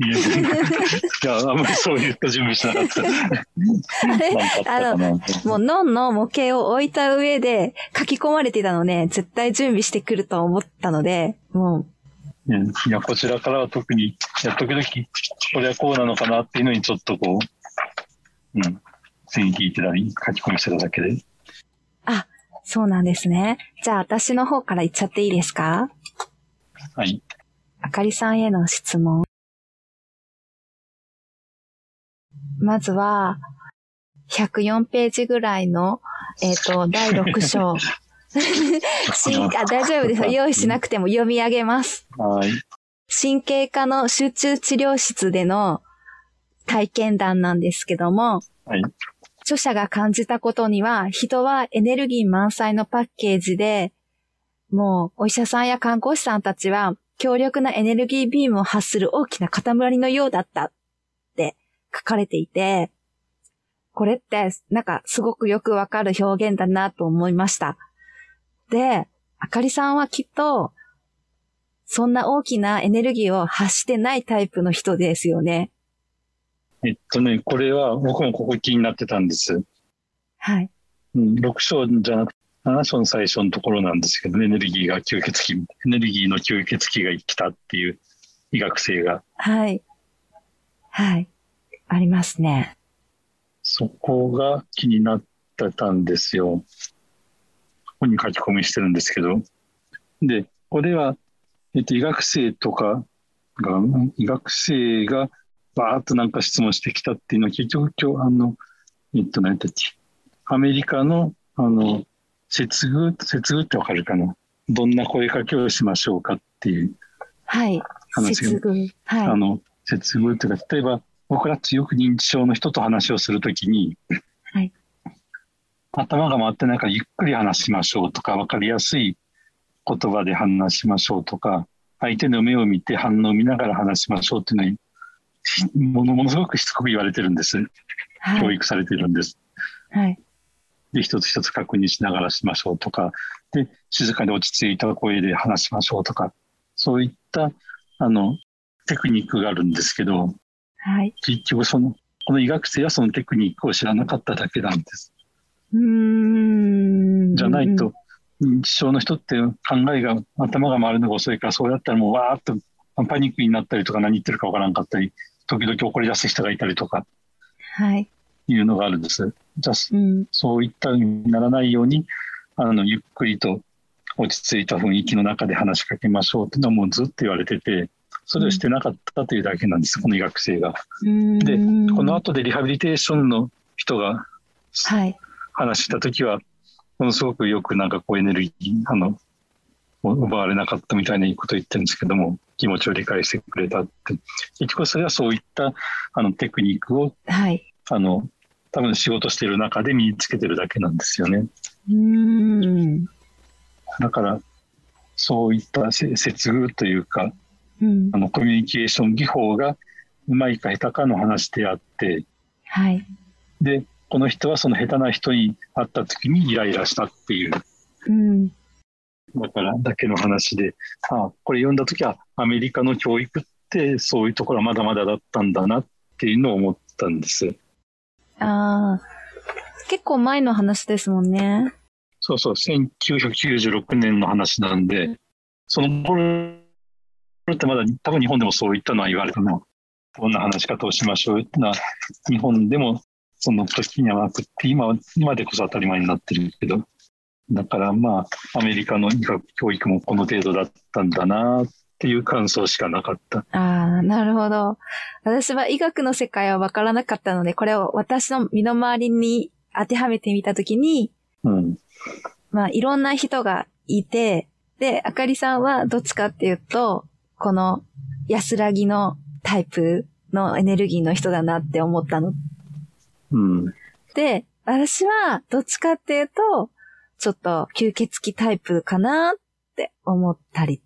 Speaker 2: やいや、あんまりそういった準備しなかった。
Speaker 3: あれ
Speaker 2: なんかあったかな。
Speaker 3: もう、ノンの模型を置いた上で書き込まれてたのね、絶対準備してくると思ったので、も
Speaker 2: うんいや、こちらからは特に、いや、時々、これはこうなのかなっていうのに、ちょっとこう、うん、線引いてたり、書き込みしてただけで。
Speaker 3: う、そうなんですね。じゃあ、私の方から言っちゃっていいですか
Speaker 2: はい。
Speaker 3: あかりさんへの質問。まずは、104ページぐらいの、えっ、と、第6章。神あ大丈夫ですよ。用意しなくても読み上げます。
Speaker 2: はい。
Speaker 3: 神経科の集中治療室での体験談なんですけども、
Speaker 2: はい。
Speaker 3: 著者が感じたことには、人はエネルギー満載のパッケージで、もうお医者さんや看護師さんたちは強力なエネルギービームを発する大きな塊のようだったって書かれていて、これってなんかすごくよくわかる表現だなと思いました。で、あかりさんはきっと、そんな大きなエネルギーを発してないタイプの人ですよね。
Speaker 2: えっとね、これは僕もここ気になってたんです。
Speaker 3: はい。
Speaker 2: うん、6章じゃなくて、7章の最初のところなんですけどね、エネルギーが吸血鬼、エネルギーの吸血鬼が来たっていう医学生が、
Speaker 3: はい。はい。ありますね。
Speaker 2: そこが気になってたんですよ。ここに書き込みしてるんですけど。で、これは、えっと、医学生とかが、医学生がバーッとなんか質問してきたっていうのは、結局今日、あの、えっと、何だっけ、アメリカの、あの、接遇、接遇ってわかるかなどんな声かけをしましょうかっていう、
Speaker 3: はい。
Speaker 2: 話が
Speaker 3: 接遇。
Speaker 2: あ
Speaker 3: はい。
Speaker 2: の、接遇というか、例えば、僕らってよく認知症の人と話をするときに、
Speaker 3: はい。
Speaker 2: 頭が回ってないからゆっくり話しましょうとか、わかりやすい言葉で話しましょうとか、相手の目を見て反応を見ながら話しましょうっていうのに、しものものすごくしつこく言われてるんです。教
Speaker 3: はい。
Speaker 2: 育されてるんです。
Speaker 3: はい。
Speaker 2: で、一つ一つ確認しながらしましょうとか、で、静かに落ち着いた声で話しましょうとか、そういった、あの、テクニックがあるんですけど、
Speaker 3: はい。
Speaker 2: 結局その、この医学生はそのテクニックを知らなかっただけなんです。
Speaker 3: うーん。
Speaker 2: じゃないと、認知症の人って考えが、頭が回るのが遅いから、そうやったらもうわーっとパニックになったりとか、何言ってるかわからんかったり、時々怒り出す人がいたりとか
Speaker 3: はい。
Speaker 2: いうのがあるんです。じゃあ、
Speaker 3: うん。
Speaker 2: そういったのにならないように、あの、ゆっくりと落ち着いた雰囲気の中で話しかけましょうっていうのはもうずっと言われてて、それをしてなかったというだけなんです、この医学生が。でこの、後でリハビリテーションの人が
Speaker 3: はい。
Speaker 2: 話した時はものすごくよくなんかこうエネルギーあの奪われなかったみたいなことを言ってるんですけども気持ちを理解してくれたって結局それはそういったあのテクニックを
Speaker 3: はい。
Speaker 2: あの多分仕事してる中で身につけてるだけなんですよね
Speaker 3: うーん。
Speaker 2: だからそういったせ接遇というか
Speaker 3: うん
Speaker 2: あ。のコミュニケーション技法がうまいか下手かの話であって
Speaker 3: はい。
Speaker 2: でこの人はその下手な人に会った時にイライラしたっていう
Speaker 3: うん。
Speaker 2: だから、だけの話で、あこれ読んだときは、アメリカの教育ってそういうところはまだまだだったんだなっていうのを思ったんです。
Speaker 3: ああ。結構前の話ですもんね。
Speaker 2: そうそう、1996年の話なんで、その頃ってまだ多分日本でもそういったのは言われたの。どんな話し方をしましょうってのは、日本でもその時にはなくって、今は、今でこそ当たり前になってるけど、だからまあ、アメリカの医学教育もこの程度だったんだなっていう感想しかなかった。
Speaker 3: ああ、なるほど。私は医学の世界は分からなかったので、これを私の身の回りに当てはめてみたときに、
Speaker 2: うん。
Speaker 3: まあ、いろんな人がいて、で、あかりさんはどっちかっていうと、この安らぎのタイプのエネルギーの人だなって思ったの
Speaker 2: うん。
Speaker 3: で、私はどっちかっていうと、ちょっと吸血鬼タイプかなって思ったり。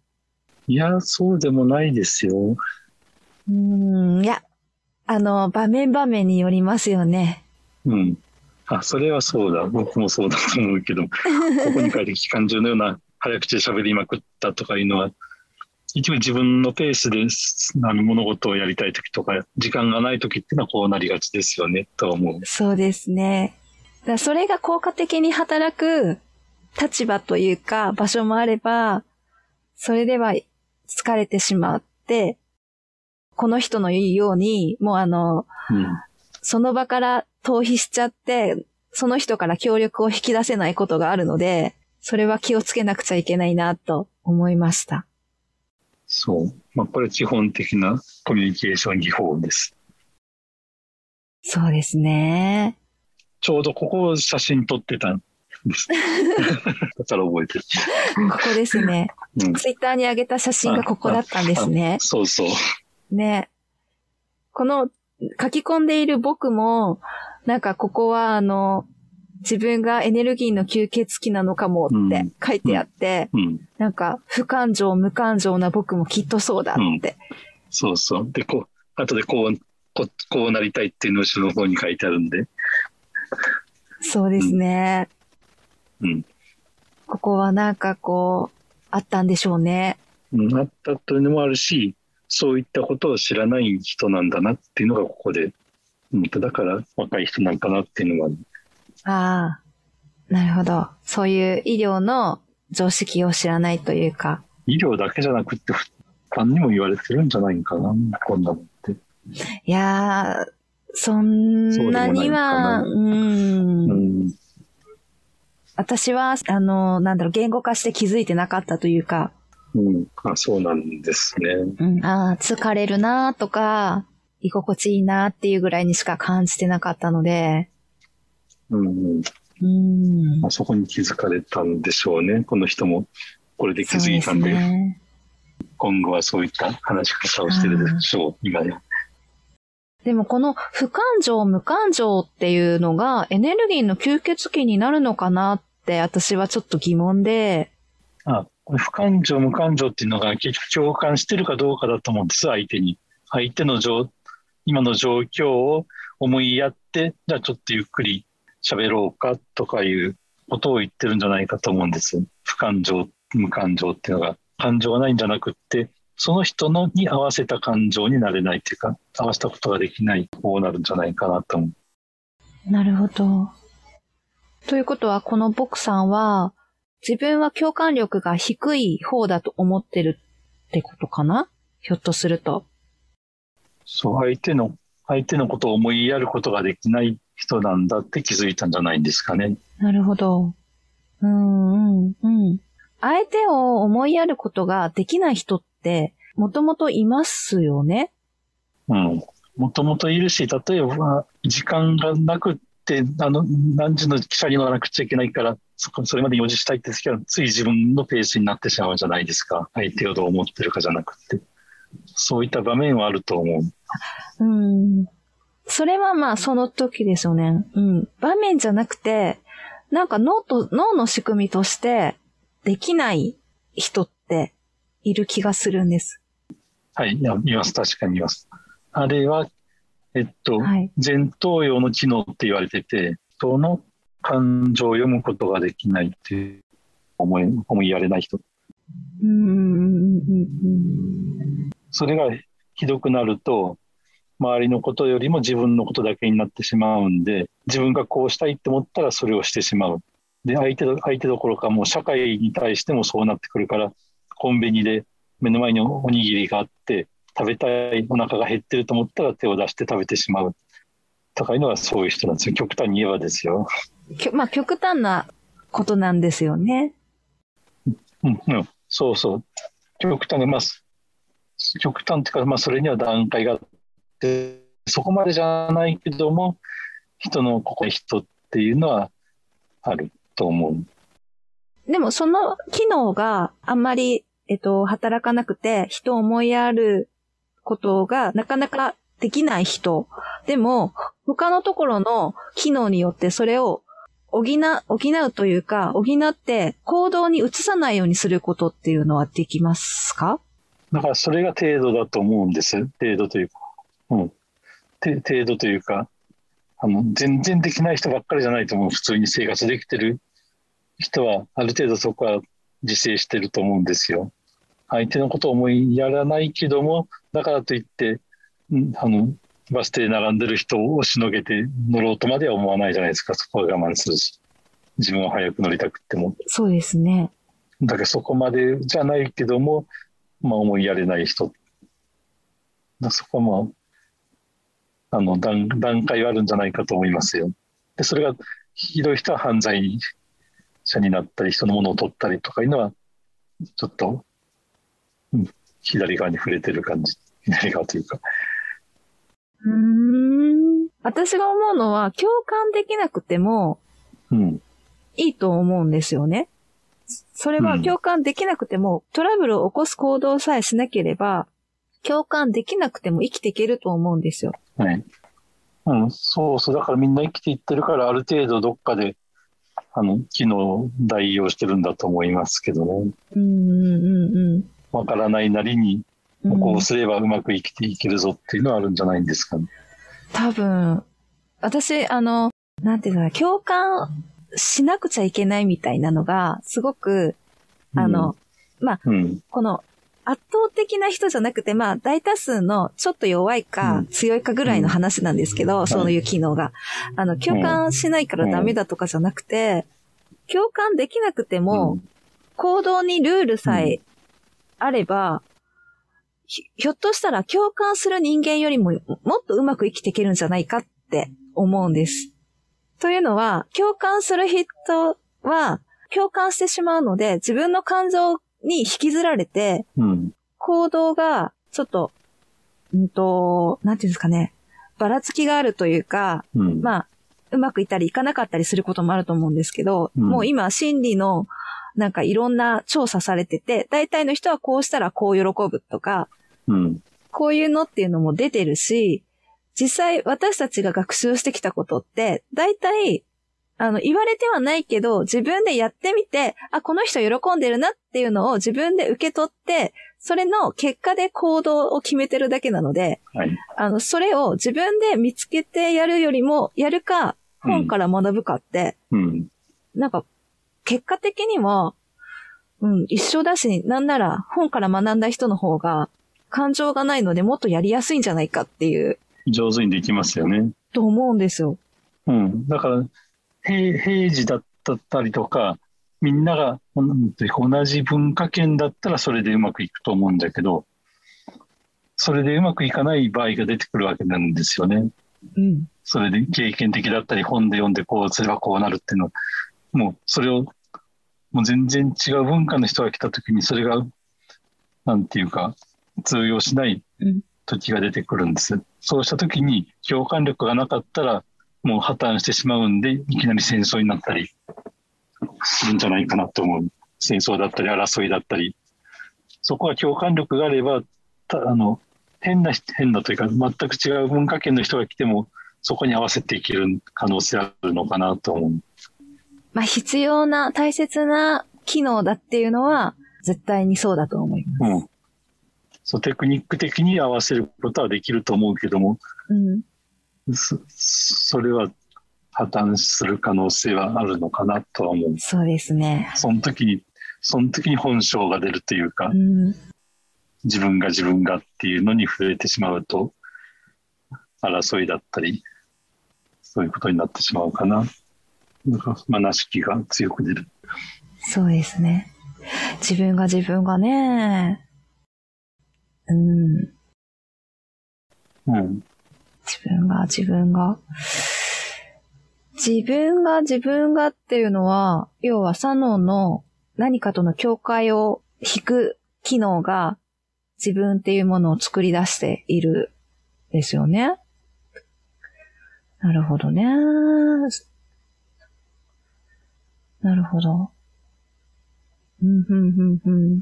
Speaker 2: いや、そうでもないですよ。
Speaker 3: うーん、いや、あの、場面場面によりますよね。
Speaker 2: うん。あ、それはそうだ。僕もそうだと思うけど、ここに書いて機関銃のような早口で喋りまくったとかいうのは、一応自分のペースですあの物事をやりたい時とか、時間がない時っていうのはこうなりがちですよね、とは思う。
Speaker 3: そうですね。だからそれが効果的に働く立場というか場所もあれば、それでは疲れてしまって、この人の言うように、もうあの、
Speaker 2: うん。
Speaker 3: その場から逃避しちゃって、その人から協力を引き出せないことがあるので、それは気をつけなくちゃいけないなと思いました。
Speaker 2: そう。まあ、これは基本的なコミュニケーション技法です。
Speaker 3: そうですね。
Speaker 2: ちょうどここを写真撮ってたんです。だから覚えてる。
Speaker 3: ここですね。
Speaker 2: うん、
Speaker 3: ツイッターに上げた写真がここだったんですね。
Speaker 2: そうそう。
Speaker 3: ね。この書き込んでいる僕も、なんかここはあの、自分がエネルギーの吸血鬼なのかもっ
Speaker 2: う
Speaker 3: て
Speaker 2: ん
Speaker 3: 書いてあって、
Speaker 2: うん
Speaker 3: なんか不感情無感情な僕もきっとそうだって。
Speaker 2: そうそう。で、こう、後でこう、ここうなりたいっていうのを後ろの方に書いてあるんで、
Speaker 3: そうですね。
Speaker 2: うん。
Speaker 3: ここはなんかこう、あったんでしょうね。
Speaker 2: うん、あったというのもあるし、そういったことを知らない人なんだなっていうのがここで、うん、だから若い人なんかなっていうのは、
Speaker 3: ああ。なるほど。そういう医療の常識を知らないというか。
Speaker 2: 医療だけじゃなくって、一般にも言われてるんじゃないかな、こんなのって。
Speaker 3: いやー、そんなには、
Speaker 2: そう
Speaker 3: うん
Speaker 2: うん、
Speaker 3: 私は、あの、なんだろう、言語化して気づいてなかったというか、
Speaker 2: うん、あそうなんですね。
Speaker 3: うん、ああ、疲れるなーとか、居心地いいなーっていうぐらいにしか感じてなかったので、
Speaker 2: うん、
Speaker 3: うん
Speaker 2: まあ、。そこに気づかれたんでしょうね、この人も。これで気づいたんで、
Speaker 3: そうすね
Speaker 2: 今後はそういった話し方をしてるでしょう、今ね。
Speaker 3: でもこの不感情、無感情っていうのがエネルギーの吸血鬼になるのかなって私はちょっと疑問で、
Speaker 2: あ、これ不感情、無感情っていうのが結局共感してるかどうかだと思うんです、相手に。相手の状、今の状況を思いやって、じゃあちょっとゆっくり喋ろうかとかいうことを言ってるんじゃないかと思うんです。不感情、無感情っていうのが、感情がないんじゃなくって、その人のに合わせた感情になれないっていうか、合わせたことができない、こうなるんじゃないかなと思う。
Speaker 3: なるほど。ということは、この僕さんは、自分は共感力が低い方だと思ってるってことかなひょっとすると。
Speaker 2: そう、相手の、相手のことを思いやることができない人なんだって気づいたんじゃないんですかね。
Speaker 3: なるほど。うん、うん、うん。相手を思いやることができない人って、もともといますよね
Speaker 2: うんもともといるし、例えば、時間がなくって、あの、何時の汽車に乗らなくちゃいけないから、そこそれまで用事したいって時は、つい自分のペースになってしまうじゃないですか。相手をどう思ってるかじゃなくて。そういった場面はあると思う。
Speaker 3: うん。それはまあその時ですよね。うん。場面じゃなくて、なんか脳と、脳の仕組みとしてできない人っている気がするんです。
Speaker 2: はい、いや見ます。確かに見ます。あれは、えっと、
Speaker 3: はい。
Speaker 2: 前頭葉の機能って言われてて、その感情を読むことができないっていう思い、思いやれない人。
Speaker 3: うんうんうんうん
Speaker 2: それがひどくなると、周りのことよりも自分のことだけになってしまうんで、自分がこうしたいって思ったらそれをしてしまう。で、相手ど、相手どころかもう社会に対してもそうなってくるから、コンビニで目の前におにぎりがあって、食べたい、お腹が減ってると思ったら手を出して食べてしまう。高いのはそういう人なんですよ。極端に言えばですよ。
Speaker 3: うん。きょまあ極端なことなんですよね。
Speaker 2: うん、うん、そうそう。極端が、まあ、す極端っていうか、まあ、それには段階があって、そこまでじゃないけども、人のここ人っていうのはあると思う。
Speaker 3: でもその機能があんまり、えっと、働かなくて、人を思いやることがなかなかできない人。でも、他のところの機能によってそれを補う、補うというか、補って行動に移さないようにすることっていうのはできますか
Speaker 2: だから、それが程度だと思うんです。程度というか。うん。て程度というか、あの、全然できない人ばっかりじゃないと思う。普通に生活できてる人は、ある程度そこは自制してると思うんですよ。相手のことを思いやらないけども、だからといって、うんあの、バス停並んでる人をしのげて乗ろうとまでは思わないじゃないですか。そこは我慢するし。自分は早く乗りたくっても。
Speaker 3: そうですね。
Speaker 2: だけどそこまでじゃないけども、まあ、思いやれない人。だからそこはまあ、あの段段階があるんじゃないかと思いますよ。で、それがひどい人は犯罪者になったり、人のものを取ったりとかいうのは、ちょっと、うん左側に触れてる感じ。左側というか。
Speaker 3: うーん。私が思うのは、共感できなくても
Speaker 2: うん。
Speaker 3: いいと思うんですよね。それは
Speaker 2: うん
Speaker 3: 共感できなくても、トラブルを起こす行動さえしなければ、共感できなくても生きていけると思うんですよ。
Speaker 2: はい。うん、そうそう。だからみんな生きていってるから、ある程度どっかで、あの、機能を代用してるんだと思いますけどね。
Speaker 3: うんうんうんうん
Speaker 2: わからないなりに、
Speaker 3: うん。
Speaker 2: こうすればうまく生きていけるぞっていうのはあるんじゃないんですかね。
Speaker 3: 多分、私、あの、なんていうのかな、共感しなくちゃいけないみたいなのが、すごく、あの、
Speaker 2: うん、
Speaker 3: この、圧倒的な人じゃなくて、まあ、大多数のちょっと弱いか
Speaker 2: うん
Speaker 3: 強いかぐらいの話なんですけど、
Speaker 2: ん
Speaker 3: そういう機能が。あの、共感しないからダメだとかじゃなくて、共感できなくて
Speaker 2: うん。
Speaker 3: も、行動にルールさ
Speaker 2: う
Speaker 3: えあれば、ひひょっとしたら共感する人間よりももっとうまく生きていけるんじゃないかって思うんです。というのは、共感する人は共感してしまうので、自分の感情に引きずられて、
Speaker 2: うん。
Speaker 3: 行動がちょっと、うんと、なんていうんですかね、ばらつきがあるというか、
Speaker 2: うん。
Speaker 3: まあ、うまくいったりいかなかったりすることもあると思うんですけど、
Speaker 2: うん
Speaker 3: もう今、心理の、なんかいろんな調査されてて、大体の人はこうしたらこう喜ぶとか、
Speaker 2: うん。
Speaker 3: こういうのっていうのも出てるし、実際私たちが学習してきたことって、大体、あの、言われてはないけど、自分でやってみて、あ、この人喜んでるなっていうのを自分で受け取って、それの結果で行動を決めてるだけなので、
Speaker 2: はい。
Speaker 3: あの、それを自分で見つけてやるよりも、やるか、
Speaker 2: うん
Speaker 3: 本から学ぶかって、
Speaker 2: うん。
Speaker 3: なんか、結果的には、うん、一緒だし、なんなら本から学んだ人の方が、感情がないのでもっとやりやすいんじゃないかっていう、
Speaker 2: 上手にできますよね。
Speaker 3: と思うんですよ。
Speaker 2: うん。だから、平、平時だったりとか、みんながうん同じ文化圏だったらそれでうまくいくと思うんだけど、それでうまくいかない場合が出てくるわけなんですよね。
Speaker 3: うん。
Speaker 2: それで経験的だったり、本で読んでこうすればこうなるっていうのは、もうそれを、もう全然違う文化の人が来た時に、それが、なんていうか、通用しない
Speaker 3: うん
Speaker 2: 時が出てくるんです。そうした時に、共感力がなかったら、もう破綻してしまうんで、いきなり戦争になったりするんじゃないかなと思う。戦争だったり、争いだったり。そこは共感力があれば、たあの、変な人、変なというか、全く違う文化圏の人が来ても、そこに合わせていける可能性あるのかなと思う。
Speaker 3: まあ、必要な、大切な機能だっていうのは、絶対にそうだと思います。
Speaker 2: うん。そう、テクニック的に合わせることはできると思うけども、
Speaker 3: うん。
Speaker 2: そそれは破綻する可能性はあるのかなとは思う。
Speaker 3: そうですね。
Speaker 2: その時に、その時に本性が出るというか
Speaker 3: う、ん。
Speaker 2: 自分が自分がっていうのに触れてしまうと、争いだったり、そういうことになってしまうかな。なんか、まなしきが強く出る。
Speaker 3: そうですね。自分が自分がね、うん、自
Speaker 2: うん。
Speaker 3: 分が自分が。自分が自分がっていうのは、要は左脳の何かとの境界を引く機能が自分っていうものを作り出しているですよね。なるほどね。なるほど。うん、うん、うん、うん。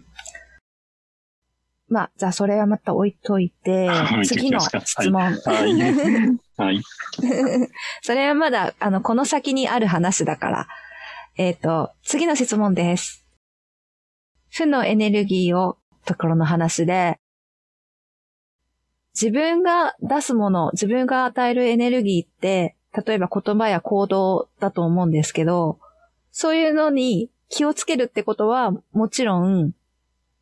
Speaker 3: まあ、じゃあそれはまた置いといて
Speaker 2: 置いとき、ますか
Speaker 3: 次の質問。
Speaker 2: はい。 はい。
Speaker 3: それはまだ、あの、この先にある話だから。えっ、と、次の質問です。負のエネルギーを、ところの話で、自分が出すもの、自分が与えるエネルギーって、例えば言葉や行動だと思うんですけど、そういうのに気をつけるってことは、もちろん、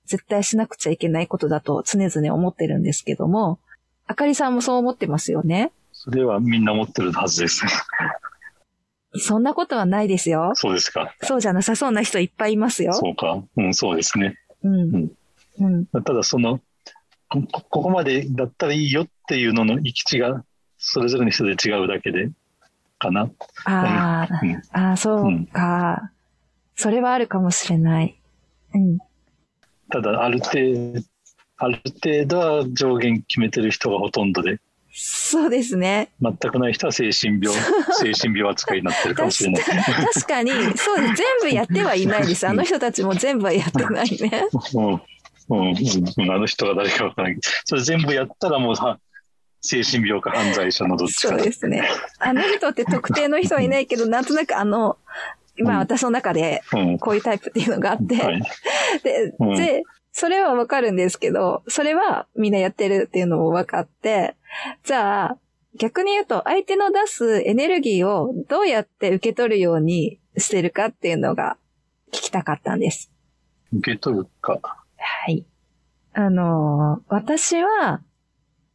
Speaker 3: 絶対しなくちゃいけないことだと常々思ってるんですけども、あかりさんもそう思ってますよね
Speaker 2: それはみんな持ってるは ずです。
Speaker 3: そんなことはないですよ。
Speaker 2: そうですか。
Speaker 3: そうじゃなさそうな人いっぱいいますよ。
Speaker 2: そうか。うん、そうですね。
Speaker 3: うん。
Speaker 2: うん
Speaker 3: うん。
Speaker 2: ただ、その、こここまでだったらいいよっていうのの行き地が、それぞれの人で違うだけで、かな。
Speaker 3: ああ、
Speaker 2: うん
Speaker 3: ああ、そうか、それはあるかもしれない。うん。
Speaker 2: ただ、ある程ある程度は上限決めてる人がほとんどで、
Speaker 3: そうですね。
Speaker 2: 全くない人は精神 病、精神病扱いになってるかもしれない。
Speaker 3: 確かに、そうです。全部やってはいないです。あの人たちも全部はやってないね。
Speaker 2: うんうんうん、あの人が誰かわからないけど、それ全部やったらもうは精神病か犯罪者のどっち
Speaker 3: そ
Speaker 2: か
Speaker 3: う
Speaker 2: だ
Speaker 3: ですね。あの人って特定の人はいないけど、なんとなくあの、まあ私の中で
Speaker 2: うん
Speaker 3: こういうタイプっていうのがあって、
Speaker 2: はい
Speaker 3: で、
Speaker 2: うん
Speaker 3: で、それはわかるんですけど、それはみんなやってるっていうのも分かって、じゃあ、逆に言うと、相手の出すエネルギーをどうやって受け取るようにしてるかっていうのが聞きたかったんです。
Speaker 2: 受け取るか。
Speaker 3: はい。あのー、私は、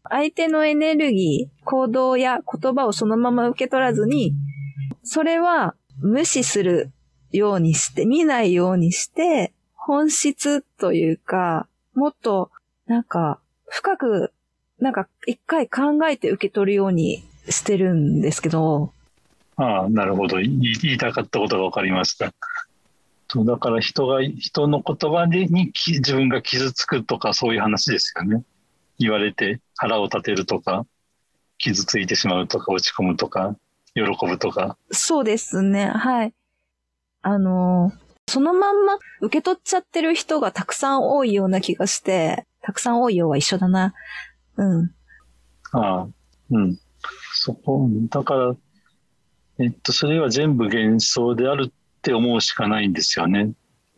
Speaker 3: 相手のエネルギー、行動や言葉をそのまま受け取らずに、それは無視するようにして、見ないようにして、本質というか、もっと、なんか、深く、なんか、一回考えて受け取るようにしてるんですけど、
Speaker 2: ああ、なるほど。い言いたかったことが分かりました。とだから人が、人の言葉ににき自分が傷つくとかそういう話ですよね。言われて腹を立てるとか、傷ついてしまうとか、落ち込むとか、喜ぶとか。
Speaker 3: そうですね、はい。あの、そのまんま受け取っちゃってる人がたくさん多いような気がして、たくさん多いようは一緒だな。うん。
Speaker 2: ああ、うん。そこ、だから、えっと、それは全部幻想であるって思うしかないんですよね。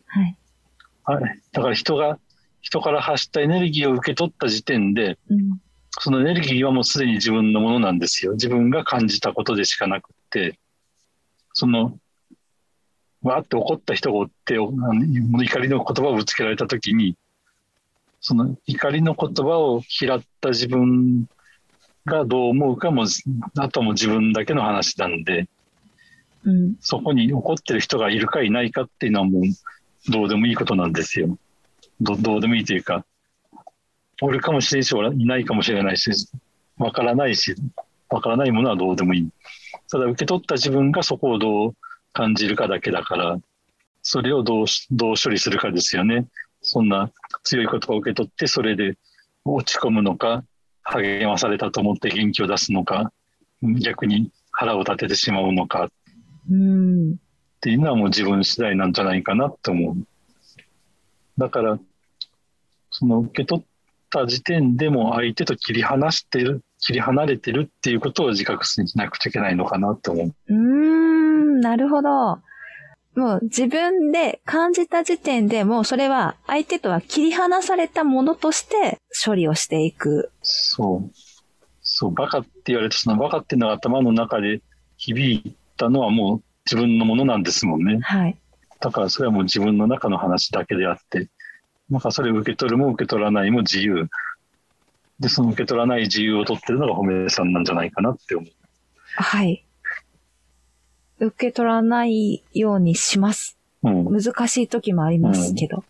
Speaker 3: はい。
Speaker 2: はい。だから人が、人から発したエネルギーを受け取った時点で、
Speaker 3: うん、
Speaker 2: そのエネルギーはもうすでに自分のものなんですよ。自分が感じたことでしかなくって、その、わーって怒った人がおって、おあの怒りの言葉をぶつけられたときに、その怒りの言葉を嫌った自分がどう思うかも、あとはもう自分だけの話なんで、
Speaker 3: うん。
Speaker 2: そこに怒ってる人がいるかいないかっていうのはもうどうでもいいことなんですよ。どどうでもいいというか、おるかもしれんし、おらいないかもしれないし、わからないし、わからないものはどうでもいい。ただ受け取った自分がそこをどう感じるかだけだから、それをどうしどう処理するかですよね。そんな強い言葉を受け取って、それで落ち込むのか、励まされたと思って元気を出すのか、逆に腹を立ててしまうのか
Speaker 3: うん。
Speaker 2: っていうのはもう自分次第なんじゃないかなって思う。だから、その受け取った時点でも相手と切り離してる、切り離れてるっていうことを自覚しなくちゃいけないのかなって思う。
Speaker 3: うーん、なるほど。もう自分で感じた時点でもうそれは相手とは切り離されたものとして処理をしていく。
Speaker 2: そう。そう、バカって言われて、そのバカっていうのが頭の中で響いたのはもう自分のものなんですもんね。
Speaker 3: はい。
Speaker 2: だからそれはもう自分の中の話だけであって、なんかそれを受け取るも受け取らないも自由。で、その受け取らない自由を取ってるのが褒めさんなんじゃないかなって思う。
Speaker 3: はい。受け取らないようにします。
Speaker 2: うん、
Speaker 3: 難しい時もありますけど。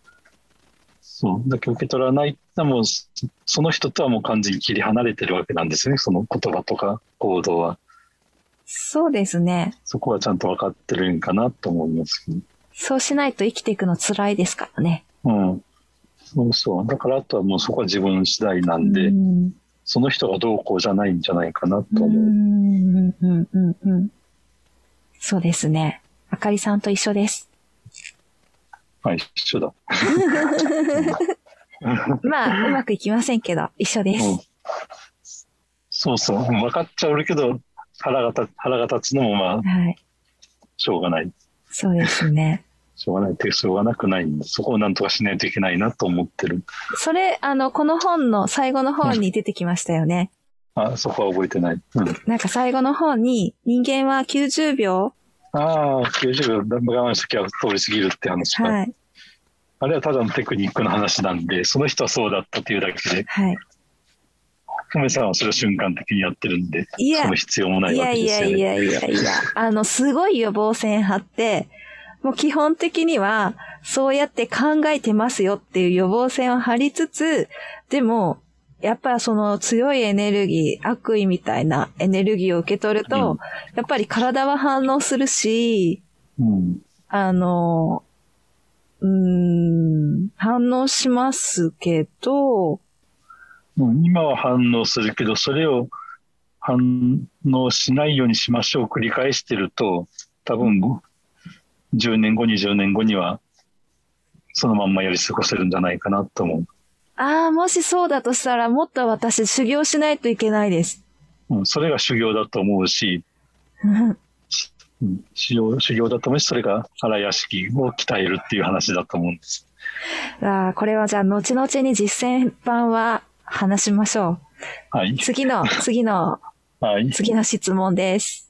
Speaker 2: そう。だけど受け取らないってもう、そその人とはもう完全に切り離れてるわけなんですね。その言葉とか行動は。
Speaker 3: そうですね。
Speaker 2: そこはちゃんと分かってるんかなと思いますけど。
Speaker 3: そうしないと生きていくの辛いですからね。
Speaker 2: うん。そうそう。だからあとはもうそこは自分次第なんで、
Speaker 3: うん
Speaker 2: その人がどうこうじゃないんじゃないかな
Speaker 3: う
Speaker 2: と思う。
Speaker 3: んうんうんうんそうですね。あかりさんと一緒です。
Speaker 2: はい、一緒だ。
Speaker 3: まあ、うまくいきませんけど、一緒で
Speaker 2: うん
Speaker 3: す。
Speaker 2: そうそう。分かっちゃおるけど、腹が立腹が立つのもまあ、
Speaker 3: はい。
Speaker 2: しょうがない。
Speaker 3: そうですね。
Speaker 2: しょうがないっていうかしょうがなくないんで、そこをなんとかしないといけないなと思ってる。
Speaker 3: それ、あの、この本の最後の方に出てきましたよね。
Speaker 2: あ、そこは覚えてない。うん。
Speaker 3: なんか最後の方に、人間は90秒、
Speaker 2: ああ、90秒我慢しときは通り過ぎるって話か、
Speaker 3: はい、
Speaker 2: あれはただのテクニックの話なんで、その人はそうだったというだけで、
Speaker 3: はい。
Speaker 2: 久米さんはそれを瞬間的にやってるんで、
Speaker 3: いや
Speaker 2: その必要もない
Speaker 3: い
Speaker 2: わ
Speaker 3: や
Speaker 2: け
Speaker 3: い
Speaker 2: です
Speaker 3: や
Speaker 2: よね。
Speaker 3: いやいやいや、あの、すごい予防線張って、もう基本的には、そうやって考えてますよっていう予防線を張りつつ、でも、やっぱその強いエネルギー、悪意みたいなエネルギーを受け取ると、
Speaker 2: うん
Speaker 3: やっぱり体は反応するし、
Speaker 2: うん。
Speaker 3: あの、うーん、反応しますけど、
Speaker 2: うん今は反応するけど、それを反応しないようにしましょう繰り返してると、多分10年後、20年後には、そのまんまやり過ごせるんじゃないかなと思
Speaker 3: ああ、もしそうだとしたら、もっと私修行しないといけないです。
Speaker 2: う。うん、それが修行だと思うし、うん修行修行だと思うし、それが荒屋敷を鍛えるっていう話だと思うんです。
Speaker 3: ああ、これはじゃあ、後々に実践版は話しましょ。。
Speaker 2: はいう
Speaker 3: 次の、次の、
Speaker 2: はい。
Speaker 3: 次の質問です。